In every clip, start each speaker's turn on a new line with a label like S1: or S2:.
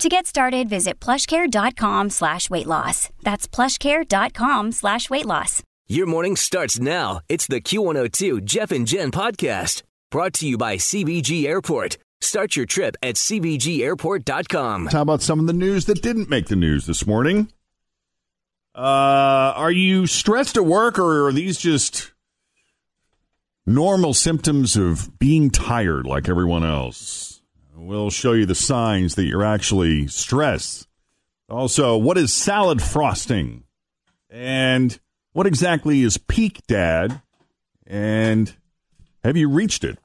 S1: To get started, visit plushcare.com slash weight loss. That's plushcare.com slash weight loss.
S2: Your morning starts now. It's the Q102 Jeff and Jen podcast brought to you by CBG Airport. Start your trip at CBGAirport.com.
S3: How about some of the news that didn't make the news this morning? Uh, are you stressed at work, or are these just normal symptoms of being tired like everyone else? We'll show you the signs that you're actually stressed. Also, what is salad frosting? And what exactly is peak dad? And have you reached it?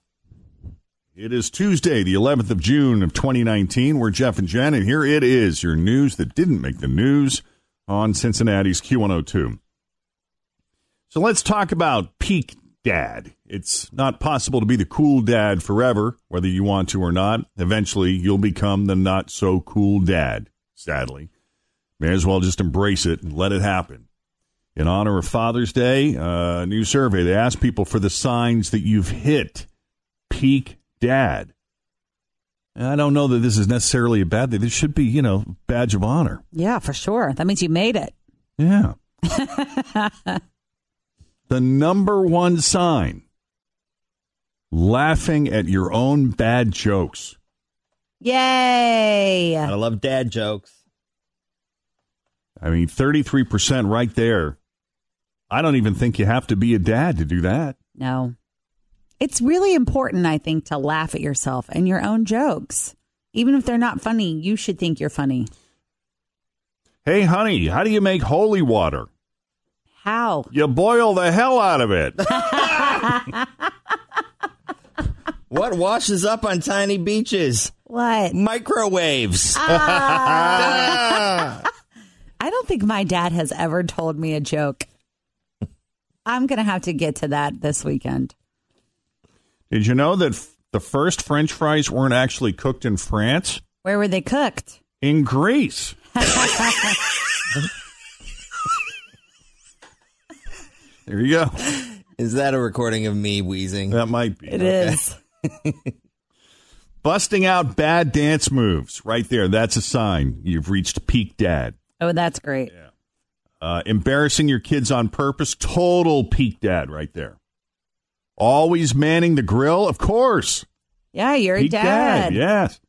S3: It is Tuesday, the 11th of June of 2019. We're Jeff and Jen, and here it is your news that didn't make the news on Cincinnati's Q102. So let's talk about peak dad. It's not possible to be the cool dad forever, whether you want to or not. Eventually, you'll become the not so cool dad, sadly. May as well just embrace it and let it happen. In honor of Father's Day, uh, a new survey, they asked people for the signs that you've hit peak dad. And I don't know that this is necessarily a bad thing. This should be, you know, badge of honor.
S4: Yeah, for sure. That means you made it.
S3: Yeah. the number one sign laughing at your own bad jokes.
S4: Yay.
S5: I love dad jokes.
S3: I mean, 33% right there. I don't even think you have to be a dad to do that.
S4: No. It's really important, I think, to laugh at yourself and your own jokes. Even if they're not funny, you should think you're funny.
S3: Hey, honey, how do you make holy water?
S4: How?
S3: You boil the hell out of it.
S5: What washes up on tiny beaches?
S4: What?
S5: Microwaves.
S4: I don't think my dad has ever told me a joke. I'm going to have to get to that this weekend.
S3: Did you know that f- the first French fries weren't actually cooked in France?
S4: Where were they cooked?
S3: In Greece. There you go.
S5: Is that a recording of me wheezing?
S3: That might be.
S4: It is.
S3: Busting out bad dance moves. Right there. That's a sign you've reached peak dad.
S4: Oh, that's great.
S3: Uh, embarrassing your kids on purpose. Total peak dad right there. Always manning the grill. Of course.
S4: Yeah, you're a
S3: peak
S4: dad.
S3: Yes.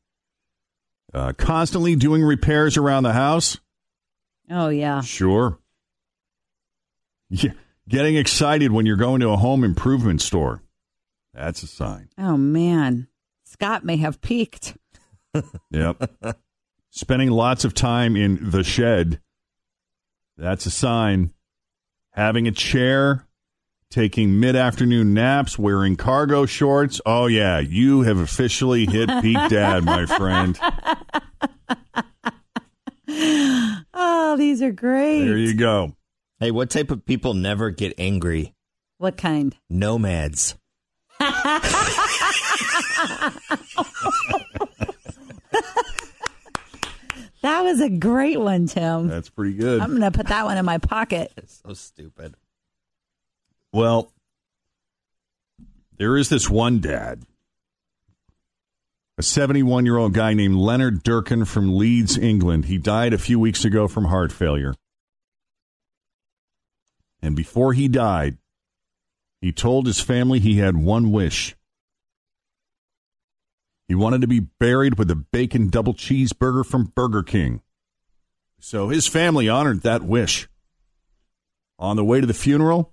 S3: Uh, constantly doing repairs around the house.
S4: Oh, yeah.
S3: Sure. Yeah. Getting excited when you're going to a home improvement store. That's a sign.
S4: Oh, man. Scott may have peaked.
S3: Yep. Spending lots of time in the shed. That's a sign. Having a chair, taking mid afternoon naps, wearing cargo shorts. Oh, yeah, you have officially hit peak dad, my friend.
S4: Oh, these are great.
S3: There you go.
S5: Hey, what type of people never get angry?
S4: What kind?
S5: Nomads.
S4: That was a great one, Tim.
S3: That's pretty good.
S4: I'm going to put that one in my pocket.
S5: So stupid.
S3: Well, there is this one dad, a 71 year old guy named Leonard Durkin from Leeds, England. He died a few weeks ago from heart failure. And before he died, he told his family he had one wish. He wanted to be buried with a bacon double cheeseburger from Burger King. So his family honored that wish. On the way to the funeral,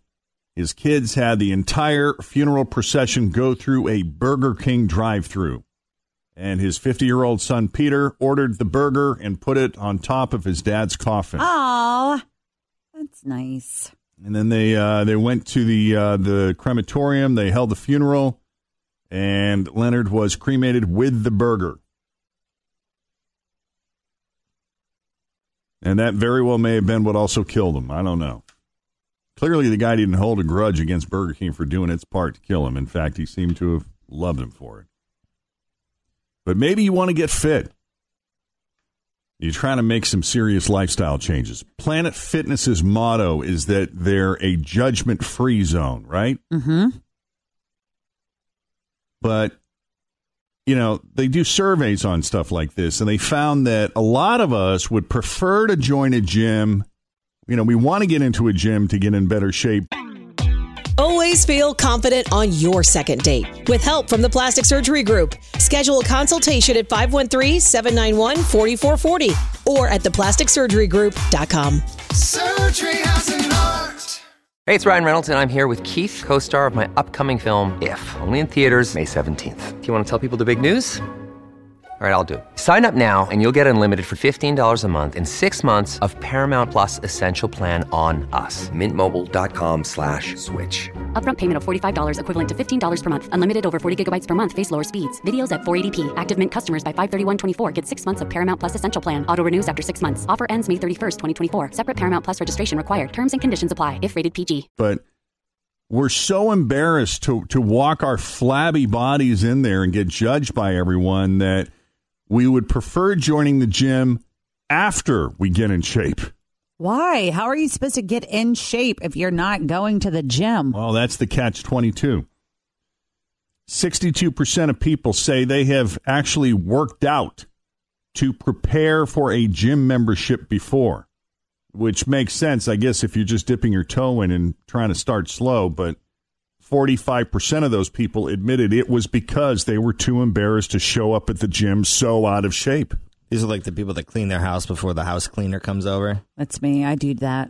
S3: his kids had the entire funeral procession go through a Burger King drive through. And his 50 year old son, Peter, ordered the burger and put it on top of his dad's coffin.
S4: Oh, that's nice.
S3: And then they uh, they went to the uh, the crematorium. They held the funeral, and Leonard was cremated with the burger. And that very well may have been what also killed him. I don't know. Clearly, the guy didn't hold a grudge against Burger King for doing its part to kill him. In fact, he seemed to have loved him for it. But maybe you want to get fit. You're trying to make some serious lifestyle changes. Planet Fitness's motto is that they're a judgment free zone, right?
S4: Mm-hmm.
S3: But, you know, they do surveys on stuff like this, and they found that a lot of us would prefer to join a gym. You know, we want to get into a gym to get in better shape.
S6: Always feel confident on your second date. With help from the Plastic Surgery Group, schedule a consultation at 513 791 4440 or at theplasticsurgerygroup.com.
S7: Surgery has an art.
S8: Hey, it's Ryan Reynolds, and I'm here with Keith, co star of my upcoming film, If, only in theaters, May 17th. Do you want to tell people the big news? All right, I'll do. it. Sign up now and you'll get unlimited for $15 a month and six months of Paramount Plus Essential Plan on us. Mintmobile.com slash switch.
S9: Upfront payment of $45 equivalent to $15 per month. Unlimited over 40 gigabytes per month. Face lower speeds. Videos at 480p. Active Mint customers by 531.24 get six months of Paramount Plus Essential Plan. Auto renews after six months. Offer ends May 31st, 2024. Separate Paramount Plus registration required. Terms and conditions apply if rated PG.
S3: but we're so embarrassed to to walk our flabby bodies in there and get judged by everyone that we would prefer joining the gym after we get in shape.
S4: Why? How are you supposed to get in shape if you're not going to the gym?
S3: Well, that's the catch 22. 62% of people say they have actually worked out to prepare for a gym membership before, which makes sense, I guess, if you're just dipping your toe in and trying to start slow. But 45% of those people admitted it was because they were too embarrassed to show up at the gym so out of shape.
S5: These are like the people that clean their house before the house cleaner comes over.
S4: That's me. I do that.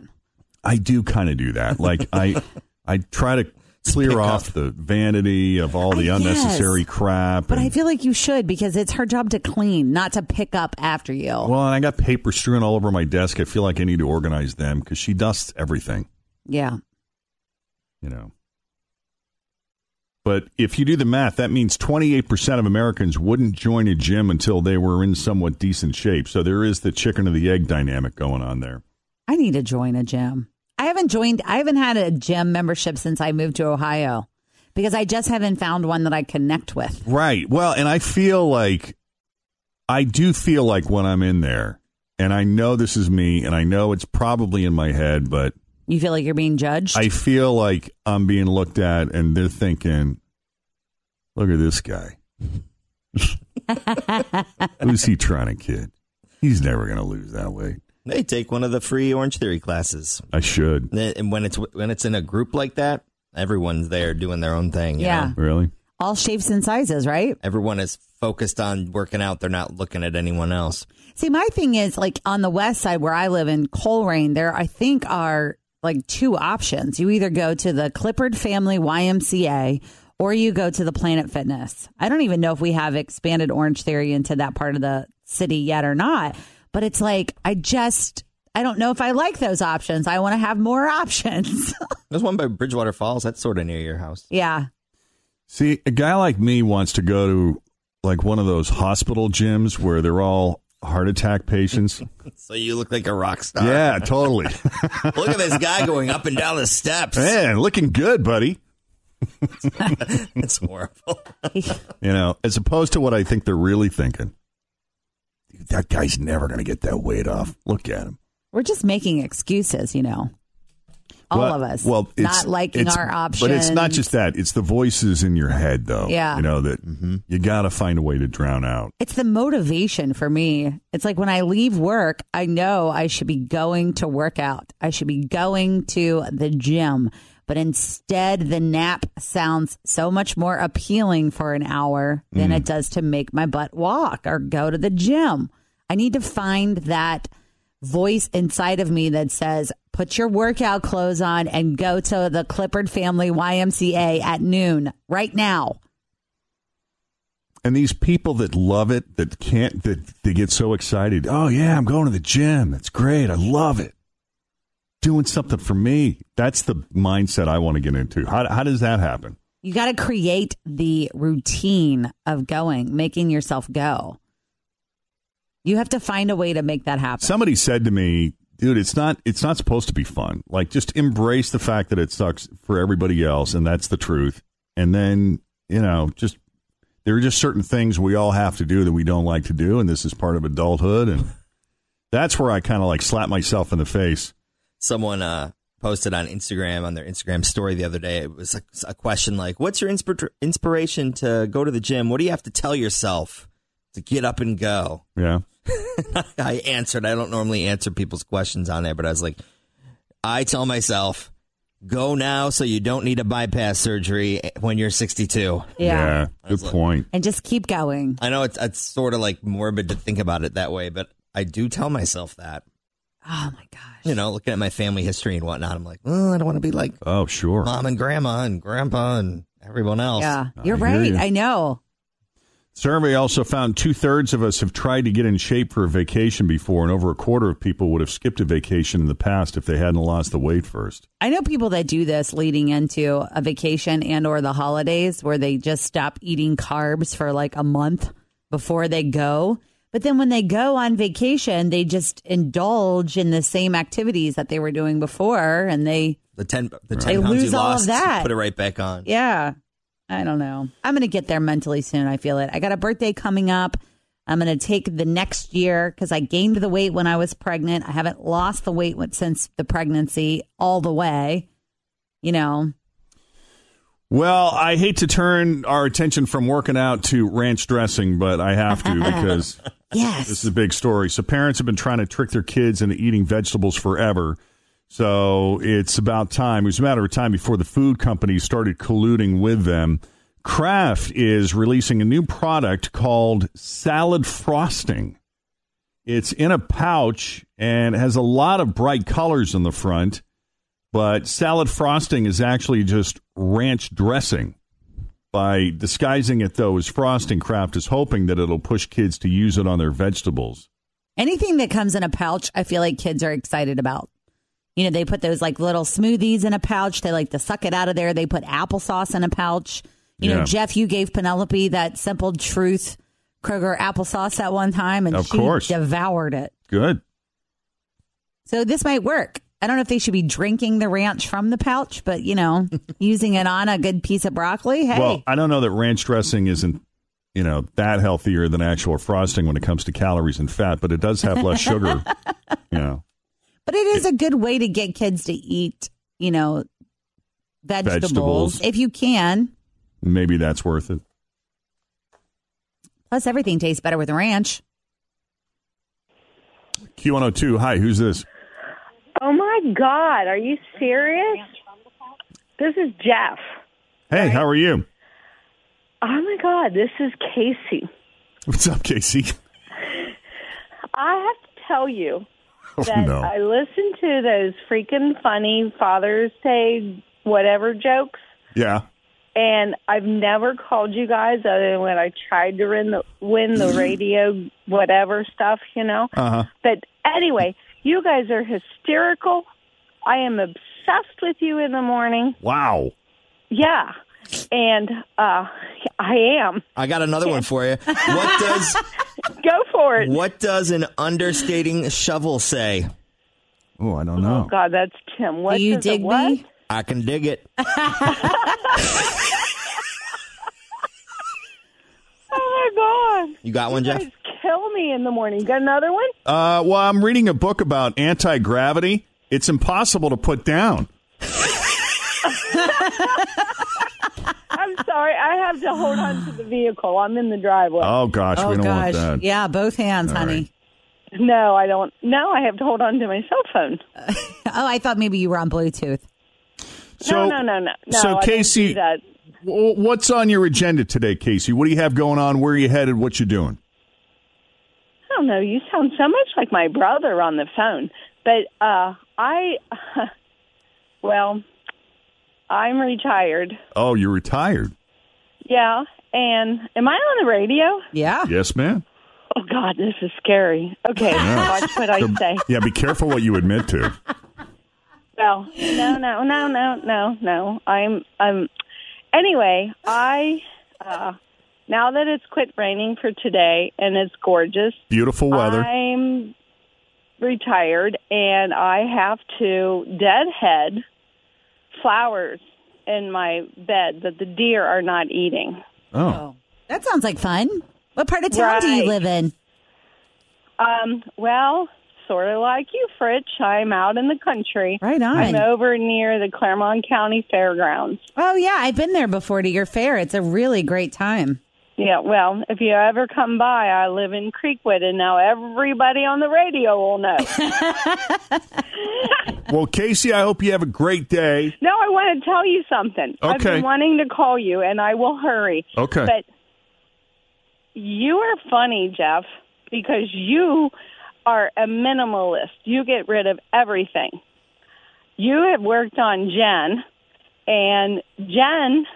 S3: I do kind of do that. Like I, I try to clear
S5: pick
S3: off
S5: up.
S3: the vanity of all the
S4: I guess.
S3: unnecessary crap.
S4: But
S3: and-
S4: I feel like you should because it's her job to clean, not to pick up after you.
S3: Well, and I got paper strewn all over my desk. I feel like I need to organize them because she dusts everything,
S4: yeah.
S3: you know. But if you do the math, that means 28% of Americans wouldn't join a gym until they were in somewhat decent shape. So there is the chicken or the egg dynamic going on there.
S4: I need to join a gym. I haven't joined, I haven't had a gym membership since I moved to Ohio because I just haven't found one that I connect with.
S3: Right. Well, and I feel like I do feel like when I'm in there, and I know this is me, and I know it's probably in my head, but
S4: You feel like you're being judged?
S3: I feel like I'm being looked at and they're thinking, look at this guy. Who's he trying to kid? He's never going to lose that way.
S5: They take one of the free Orange Theory classes.
S3: I should.
S5: And when it's when it's in a group like that, everyone's there doing their own thing. you
S4: Yeah.
S5: know?
S3: Really?
S4: All shapes and sizes, right?
S5: Everyone is focused on working out. They're not looking at anyone else.
S4: See, my thing is like on the west side where I live in Coleraine, there I think are like two options. You either go to the Clippard Family YMCA or you go to the Planet Fitness. I don't even know if we have expanded Orange Theory into that part of the city yet or not, but it's like I just I don't know if I like those options. I want to have more options.
S5: There's one by Bridgewater Falls. That's sort of near your house.
S4: yeah.
S3: See, a guy like me wants to go to like one of those hospital gyms where they're all heart attack patients.
S5: So you look like a rock star.
S3: yeah, totally.
S5: Look at this guy going up and down the steps.
S3: Man, looking good, buddy.
S5: It's horrible.
S3: You know, as opposed to what I think they're really thinking. Dude, that guy's never going to get that weight off. Look at him.
S4: We're just making excuses, you know. All
S3: Well-
S4: of us.
S3: Well, it's,
S4: not liking
S3: it's-
S4: our options.
S3: But it's not just that; it's the voices in your head, though.
S4: Yeah.
S3: you know that
S5: Mm-hmm.
S3: you got to find a way to drown out.
S4: It's the motivation for me. It's like when I leave work, I know I should be going to work out. I should be going to the gym. But instead, the nap sounds so much more appealing for an hour than it does to make my butt walk or go to the gym. I need to find that voice inside of me that says, Put your workout clothes on and go to the Clippard Family YMCA at noon right now.
S3: And these people that love it, that can't, that they get so excited. Oh yeah, I'm going to the gym. That's great. I love it. Doing something for me. That's the mindset I want to get into. How, how does that happen?
S4: You got to create the routine of going, making yourself go. You have to find a way to make that happen.
S3: Somebody said to me, dude, it's not it's not supposed to be fun. Like just embrace the fact that it sucks for everybody else and that's the truth. And then, you know, just there are just certain things we all have to do that we don't like to do and this is part of adulthood and that's where I kind of like slap myself in the face.
S5: Someone uh, posted on Instagram on their Instagram story the other day. It was a, a question like, "What's your inspir- inspiration to go to the gym? What do you have to tell yourself to get up and go?"
S3: Yeah.
S5: I answered. I don't normally answer people's questions on there, but I was like, I tell myself, "Go Oh, now, so you don't need a bypass surgery when you're 62." I
S3: good
S5: was like-
S3: point.
S4: And just keep going.
S5: I know it's it's sort of like morbid to think about it that way, but I do tell myself that.
S4: Oh my gosh.
S5: You know, looking at my family history and whatnot, I'm like, well, I don't want to be like
S3: Oh, sure.
S5: mom and grandma and grandpa and everyone else.
S4: Yeah. You're
S3: I hear
S4: right.
S3: you.
S4: I know.
S3: Survey also found two thirds of us have tried to get in shape for a vacation before, and over a quarter of people would have skipped a vacation in the past if they hadn't lost the weight first.
S4: I know people that do this leading into a vacation and or the holidays where they just stop eating carbs for like a month before they go. But then when they go on vacation, they just indulge in the same activities that they were doing before and they
S5: The ten the
S4: I
S5: ten pounds
S4: lose
S5: you
S4: all of
S5: lost,
S4: that.
S5: put it right back on.
S4: yeah, I don't know. I'm going to get there mentally soon, I feel it. I got a birthday coming up. I'm going to take the next year cuz I gained the weight when I was pregnant. I haven't lost the weight with- since the pregnancy all the way. You know,
S3: Well, I hate to turn our attention from working out to ranch dressing, but I have to because
S4: yes.
S3: this is a big story. So, parents have been trying to trick their kids into eating vegetables forever. So, it's about time. It was a matter of time before the food companies started colluding with them. Kraft is releasing a new product called salad frosting. It's in a pouch and has a lot of bright colors on the front, but salad frosting is actually just ranch dressing. By disguising it, though, as frosting, Kraft is hoping that it'll push kids to use it on their vegetables.
S4: Anything that comes in a pouch, I feel like kids are excited about. You know, they put those like little smoothies in a pouch. They like to suck it out of there. They put applesauce in a pouch. You know,
S3: Yeah.
S4: Jeff, you gave Penelope that simple truth Kroger applesauce at one time, and
S3: Of
S4: she
S3: course.
S4: devoured it.
S3: Good.
S4: So this might work. I don't know if they should be drinking the ranch from the pouch, but you know, using it on a good piece of broccoli. Hey,
S3: Well, I don't know that ranch dressing isn't, you know, that healthier than actual frosting when it comes to calories and fat, but it does have less sugar. You know,
S4: But it is a good way to get kids to eat, you know, vegetables,
S3: Vegetables.
S4: if you can.
S3: maybe that's worth it.
S4: Plus, everything tastes better with ranch.
S3: Q102. Hi, who's this?
S10: Oh my God, are you serious? This is Jeff.
S3: Hey, how are you?
S10: Oh my God, this is Casey.
S3: What's up, Casey?
S10: I have to tell you
S3: Oh,
S10: that
S3: no.
S10: I listen to those freaking funny Father's Day whatever jokes,
S3: yeah.
S10: and I've never called you guys other than when I tried to win the, win the radio whatever stuff, you know?
S3: Uh huh.
S10: But anyway, you guys are hysterical. I am obsessed with you in the morning.
S3: Wow.
S10: Yeah. And uh I am.
S5: I got another one for you. What does
S10: Go for it.
S5: what does an understating shovel say?
S3: Oh, I don't
S10: Oh
S3: know.
S10: God, that's Tim. What
S4: Do you
S10: does it
S4: dig
S10: what?
S4: me?
S5: I can dig it.
S10: Oh my God.
S5: You got one,
S10: You
S5: Jeff?
S10: guys kill me in the morning. Got another one?
S3: Uh, well, I'm reading a book about anti gravity. It's impossible to put down.
S10: I'm sorry. I have to hold on to the vehicle. I'm in the driveway.
S3: Oh gosh,
S4: oh
S3: we don't
S4: gosh,
S3: want that.
S4: yeah, both hands,
S3: All
S4: honey.
S10: no, I don't. No, I have to hold on to my cell phone.
S4: Oh, I thought maybe you were on Bluetooth.
S3: So,
S10: no, no, no, no. no
S3: so
S10: I don't
S3: Casey-
S10: do that.
S3: w- what's on your agenda today, Casey? What do you have going on? Where are you headed? What you doing?
S10: I don't know. You sound so much like my brother on the phone. But uh, I, well, I'm retired.
S3: Oh, you're retired.
S10: Yeah. And am I on the radio?
S4: Yeah.
S3: Yes, ma'am.
S10: Oh, God, this is scary. Okay.
S3: Yeah.
S10: Watch what I
S3: So-
S10: say.
S3: Yeah, be careful what you admit to.
S10: Well, no, no, no, no, no, no. I'm, I'm. Anyway, I uh, now that it's quit raining for today and it's gorgeous.
S3: Beautiful weather.
S10: I'm retired and I have to deadhead flowers in my bed that the deer are not eating.
S3: Oh.
S4: That sounds like fun. What part of town do you
S10: Right.
S4: live in?
S10: Um, well, sort of like you, Fritch. I'm out in the country.
S4: Right on.
S10: I'm over near the Claremont County Fairgrounds.
S4: Oh yeah, I've been there before to your fair. It's a really great time.
S10: Yeah, well, if you ever come by, I live in Creekwood, and now everybody on the radio will know.
S3: Well, Casey, I hope you have a great day.
S10: no, I want to tell you something. I've
S3: Okay.
S10: been wanting to call you, and I will hurry.
S3: Okay.
S10: But you are funny, Jeff, because you are a minimalist. You get rid of everything. You have worked on Jen, and Jen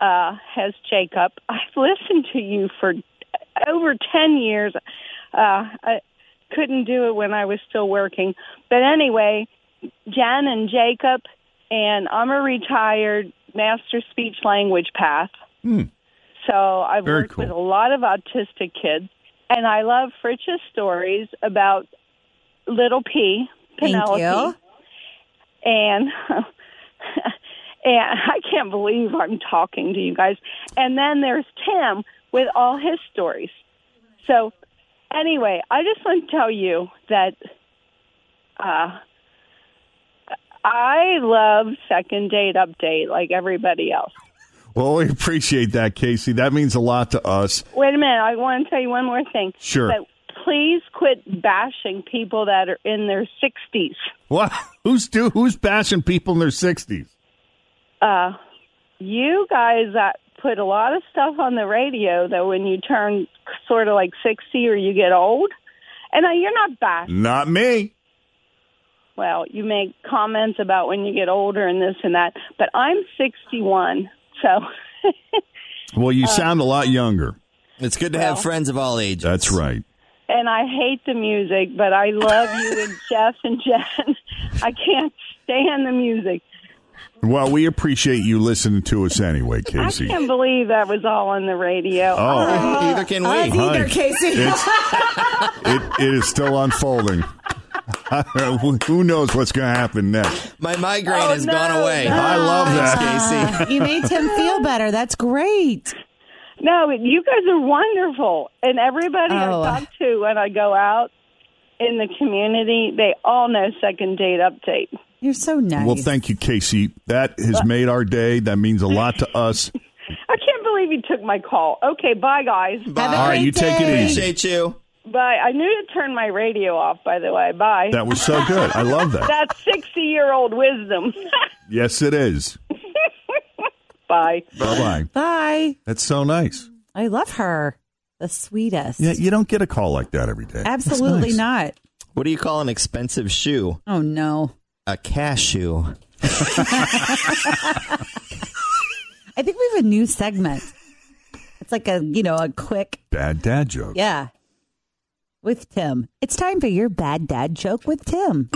S10: uh, has Jacob. I've listened to you for over 10 years. Uh, I couldn't do it when I was still working. But anyway, Jen and Jacob, and I'm a retired master speech language path.
S3: Hmm.
S10: So I've
S3: Very
S10: worked
S3: cool.
S10: with a lot of autistic kids, and I love Fritch's stories about little P,
S4: Thank
S10: Penelope,
S4: you.
S10: and. And I can't believe I'm talking to you guys. And then there's Tim with all his stories. So, anyway, I just want to tell you that uh, I love second date update like everybody else.
S3: Well, we appreciate that, Casey. That means a lot to us.
S10: Wait a minute, I want to tell you one more thing.
S3: Sure.
S10: But please quit bashing people that are in their 60s.
S3: What? Who's do? Who's bashing people in their sixties?
S10: Uh, you guys uh, put a lot of stuff on the radio that when you turn sort of like 60 or you get old, and uh, you're not bashing.
S3: Not me.
S10: well, you make comments about when you get older and this and that, but I'm 61. So,
S3: Well,
S10: Uh,
S3: you sound a lot younger.
S5: It's good to have friends of all ages.
S3: That's right.
S10: and I hate the music, but I love you and Jeff and Jen. I can't stand the music.
S3: Well, we appreciate you listening to us anyway,
S10: I
S3: Casey.
S10: can't believe that was all on the radio.
S3: Oh.
S5: Neither can we.
S3: Us either, Hi. Casey. It's- It, it is still unfolding. Who knows what's going to happen next?
S5: My migraine
S10: Oh,
S5: has gone
S10: no,
S5: away.
S10: no.
S3: I love that.
S5: Thanks, Casey.
S4: You made him feel better. That's great.
S10: No, you guys are wonderful. And everybody
S4: Oh.
S10: I talk to when I go out in the community, they all know second date update.
S4: You're so nice.
S3: Well, thank you, Casey. That has made our day. That means a lot to us.
S10: I can't believe you took my call. Okay, bye, guys.
S5: Bye.
S3: All right, you take it easy.
S5: Appreciate you.
S10: Bye. I knew to turn my radio off, by the way. Bye.
S3: That was so good. I love that.
S10: That's 60 year old wisdom.
S3: Yes, it is.
S10: bye.
S3: Bye bye.
S4: Bye.
S3: That's so nice.
S4: I love her. The sweetest.
S3: Yeah, you don't get a call like that every day. That's
S4: Absolutely
S3: nice.
S4: not.
S5: What do you call an expensive shoe?
S4: Oh no.
S5: A cashew.
S4: I think we have a new segment. It's like a you know a quick
S3: Bad dad joke.
S4: yeah. With Tim, it's time for your bad dad joke with Tim.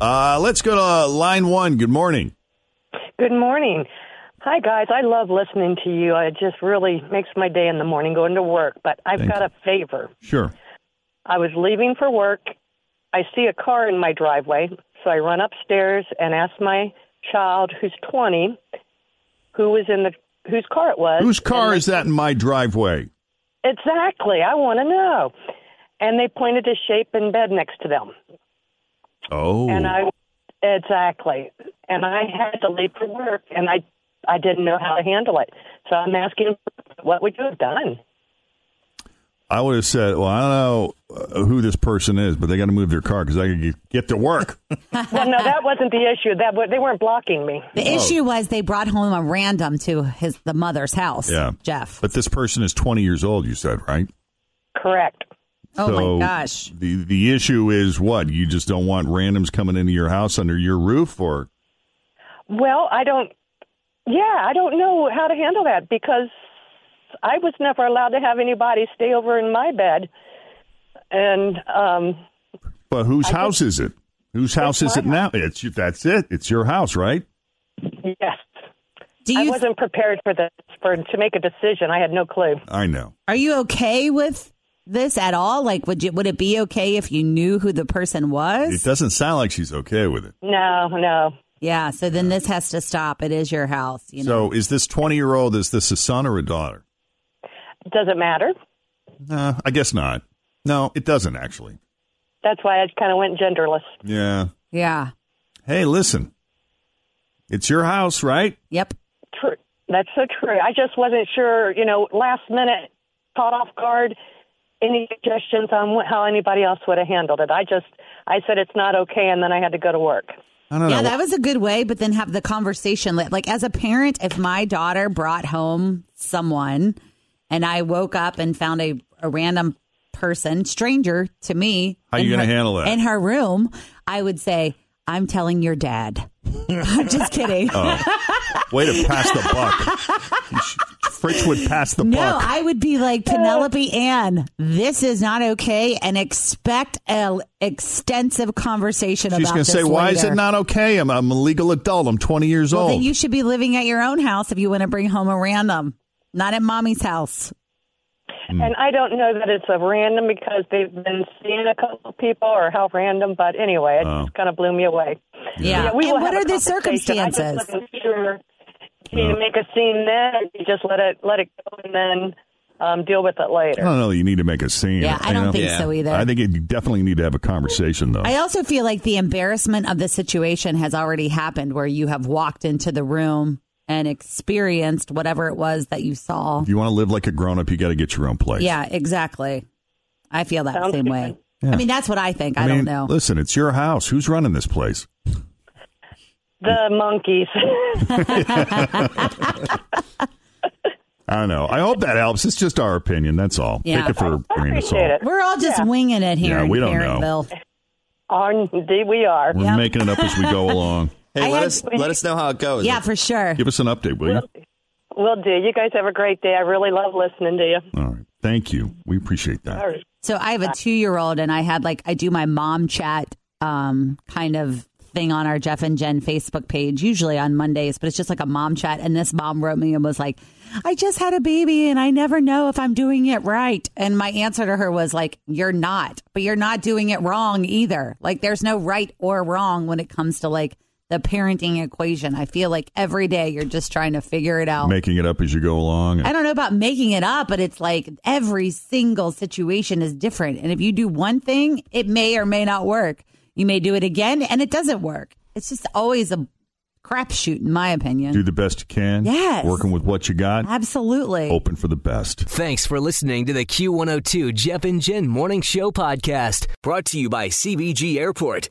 S3: Uh, let's go to line one. Good morning.
S11: Good morning. Hi, guys. I love listening to you. It just really makes my day in the morning going to work. But I've
S3: Thank
S11: got
S3: you.
S11: a favor.
S3: Sure.
S11: I was leaving for work. I see a car in my driveway. So I run upstairs and ask my child, who's 20, who was in the whose car it was.
S3: Whose car is that in my driveway?
S11: Exactly. I want to know. And they pointed to shape and bed next to them.
S3: Oh.
S11: And I exactly. And I had to leave for work, and I I didn't know how to handle it. So I'm asking, what would you have done?
S3: I would have said, well, I don't know uh, who this person is, but they got to move their car because I got to get to work.
S11: Well, no, that wasn't the issue. That wa- they weren't blocking me.
S4: The
S3: Oh.
S4: issue was they brought home a random to his the mother's house.
S3: Yeah.
S4: Jeff.
S3: But this person is 20 years old, you said, right?
S11: Correct.
S4: Oh my
S3: So
S4: gosh.
S3: The the issue is what? You just don't want randoms coming into your house under your roof or
S10: Well, I don't. Yeah, I don't know how to handle that because I was never allowed to have anybody stay over in my bed, and um,
S3: but whose house is it? Whose house is it now? It's you- that's it. It's your house, right?
S10: yes, I wasn't prepared for this for to make a decision. I had no clue.
S3: I know.
S4: Are you okay with this at all? Like, would you would it be okay if you knew who the person was?
S3: It doesn't sound like she's okay with it.
S10: No, no.
S4: Yeah. So then this has to stop. It is your house. You know.
S3: So is this twenty year old? Is this a son or a daughter?
S10: Doesn't matter.
S3: Uh, I guess not. No, it doesn't actually.
S10: That's why I kind of went genderless.
S3: Yeah.
S4: Yeah.
S3: Hey, listen. It's your house, right?
S4: Yep.
S10: True. That's so true. I just wasn't sure. You know, last minute, caught off guard. Any suggestions on wh- how anybody else would have handled it? I just, I said it's not okay, and then I had to go to work.
S3: I don't
S4: yeah,
S3: know.
S4: that was a good way, but then have the conversation. Like, like, as a parent, if my daughter brought home someone and I woke up and found a, a random person, stranger to me,
S3: How you
S4: in
S3: gonna
S4: her-
S3: handle that?
S4: In her room, I would say, I'm telling your dad. I'm just kidding.
S3: Oh. Way to pass the buck. You sh- Fritz would pass the
S4: No,
S3: buck.
S4: I would be like Penelope Ann. This is not okay, and expect a extensive conversation
S3: She's
S4: about.
S3: going to say,
S4: this
S3: "Why is
S4: later."
S3: it not okay? I'm, I'm a legal adult. I'm 20 years
S4: Well,
S3: old."
S4: then you should be living at your own house if you want to bring home a random, not at mommy's house.
S10: And I don't know that it's a random because they've been seeing a couple of people or how random, but anyway, it just kind of blew me away.
S4: Yeah.
S10: we
S4: And
S10: will
S4: what
S10: have
S4: are
S10: a
S4: the
S10: conversation. I just
S4: circumstances?
S10: wasn't sure. Do you make a scene then, or you just let it let it go and then um, deal with it
S3: I
S10: later?
S3: don't know. that You need to make a scene.
S4: Yeah, I
S3: you
S4: don't
S3: know?
S4: think Yeah. so either.
S3: I think you definitely need to have a conversation, though.
S4: I also feel like the embarrassment of the situation has already happened, where you have walked into the room and experienced whatever it was that you saw.
S3: if you want to live like a grown up, you got to get your own place.
S4: Yeah, exactly. I feel that same way.
S3: Yeah.
S4: I mean, that's what I think. I,
S3: mean,
S4: don't know.
S3: Listen, it's your house. Who's running this place?
S10: The monkeys.
S3: I don't know. I hope that helps. It's just our opinion. That's all.
S4: Yeah.
S3: Take it for a grain of salt.
S10: Appreciate it.
S4: We're all just winging it here.
S3: Yeah,
S4: in
S3: we don't know.
S4: Parrotville.
S10: Aren't- Indeed, we are.
S3: We're making it up as we go along.
S12: Hey, let us let us know how it goes.
S4: Yeah, for sure.
S3: Give us an update, will you?
S10: Will do. You guys have a great day. I really love listening to you.
S3: All right. Thank you. We appreciate that.
S10: All right.
S4: So I have a two year old, and I had like I do my mom chat um, kind of thing on our Jeff and Jen Facebook page, usually on Mondays, but it's just like a mom chat. And this mom wrote me and was like, "I just had a baby, and I never know if I'm doing it right." And my answer to her was like, "You're not, but you're not doing it wrong either. Like there's no right or wrong when it comes to like." The parenting equation. I feel like every day you're just trying to figure it out.
S3: Making it up as you go along.
S4: I don't know about making it up, but it's like every single situation is different. And if you do one thing, it may or may not work. You may do it again and it doesn't work. It's just always a crapshoot, in my opinion.
S3: Do the best you can.
S4: Yes.
S3: Working with what you got.
S4: Absolutely.
S3: Open for the best.
S2: Thanks for listening to the Q102 Jeff and Jen Morning Show podcast, brought to you by CBG Airport.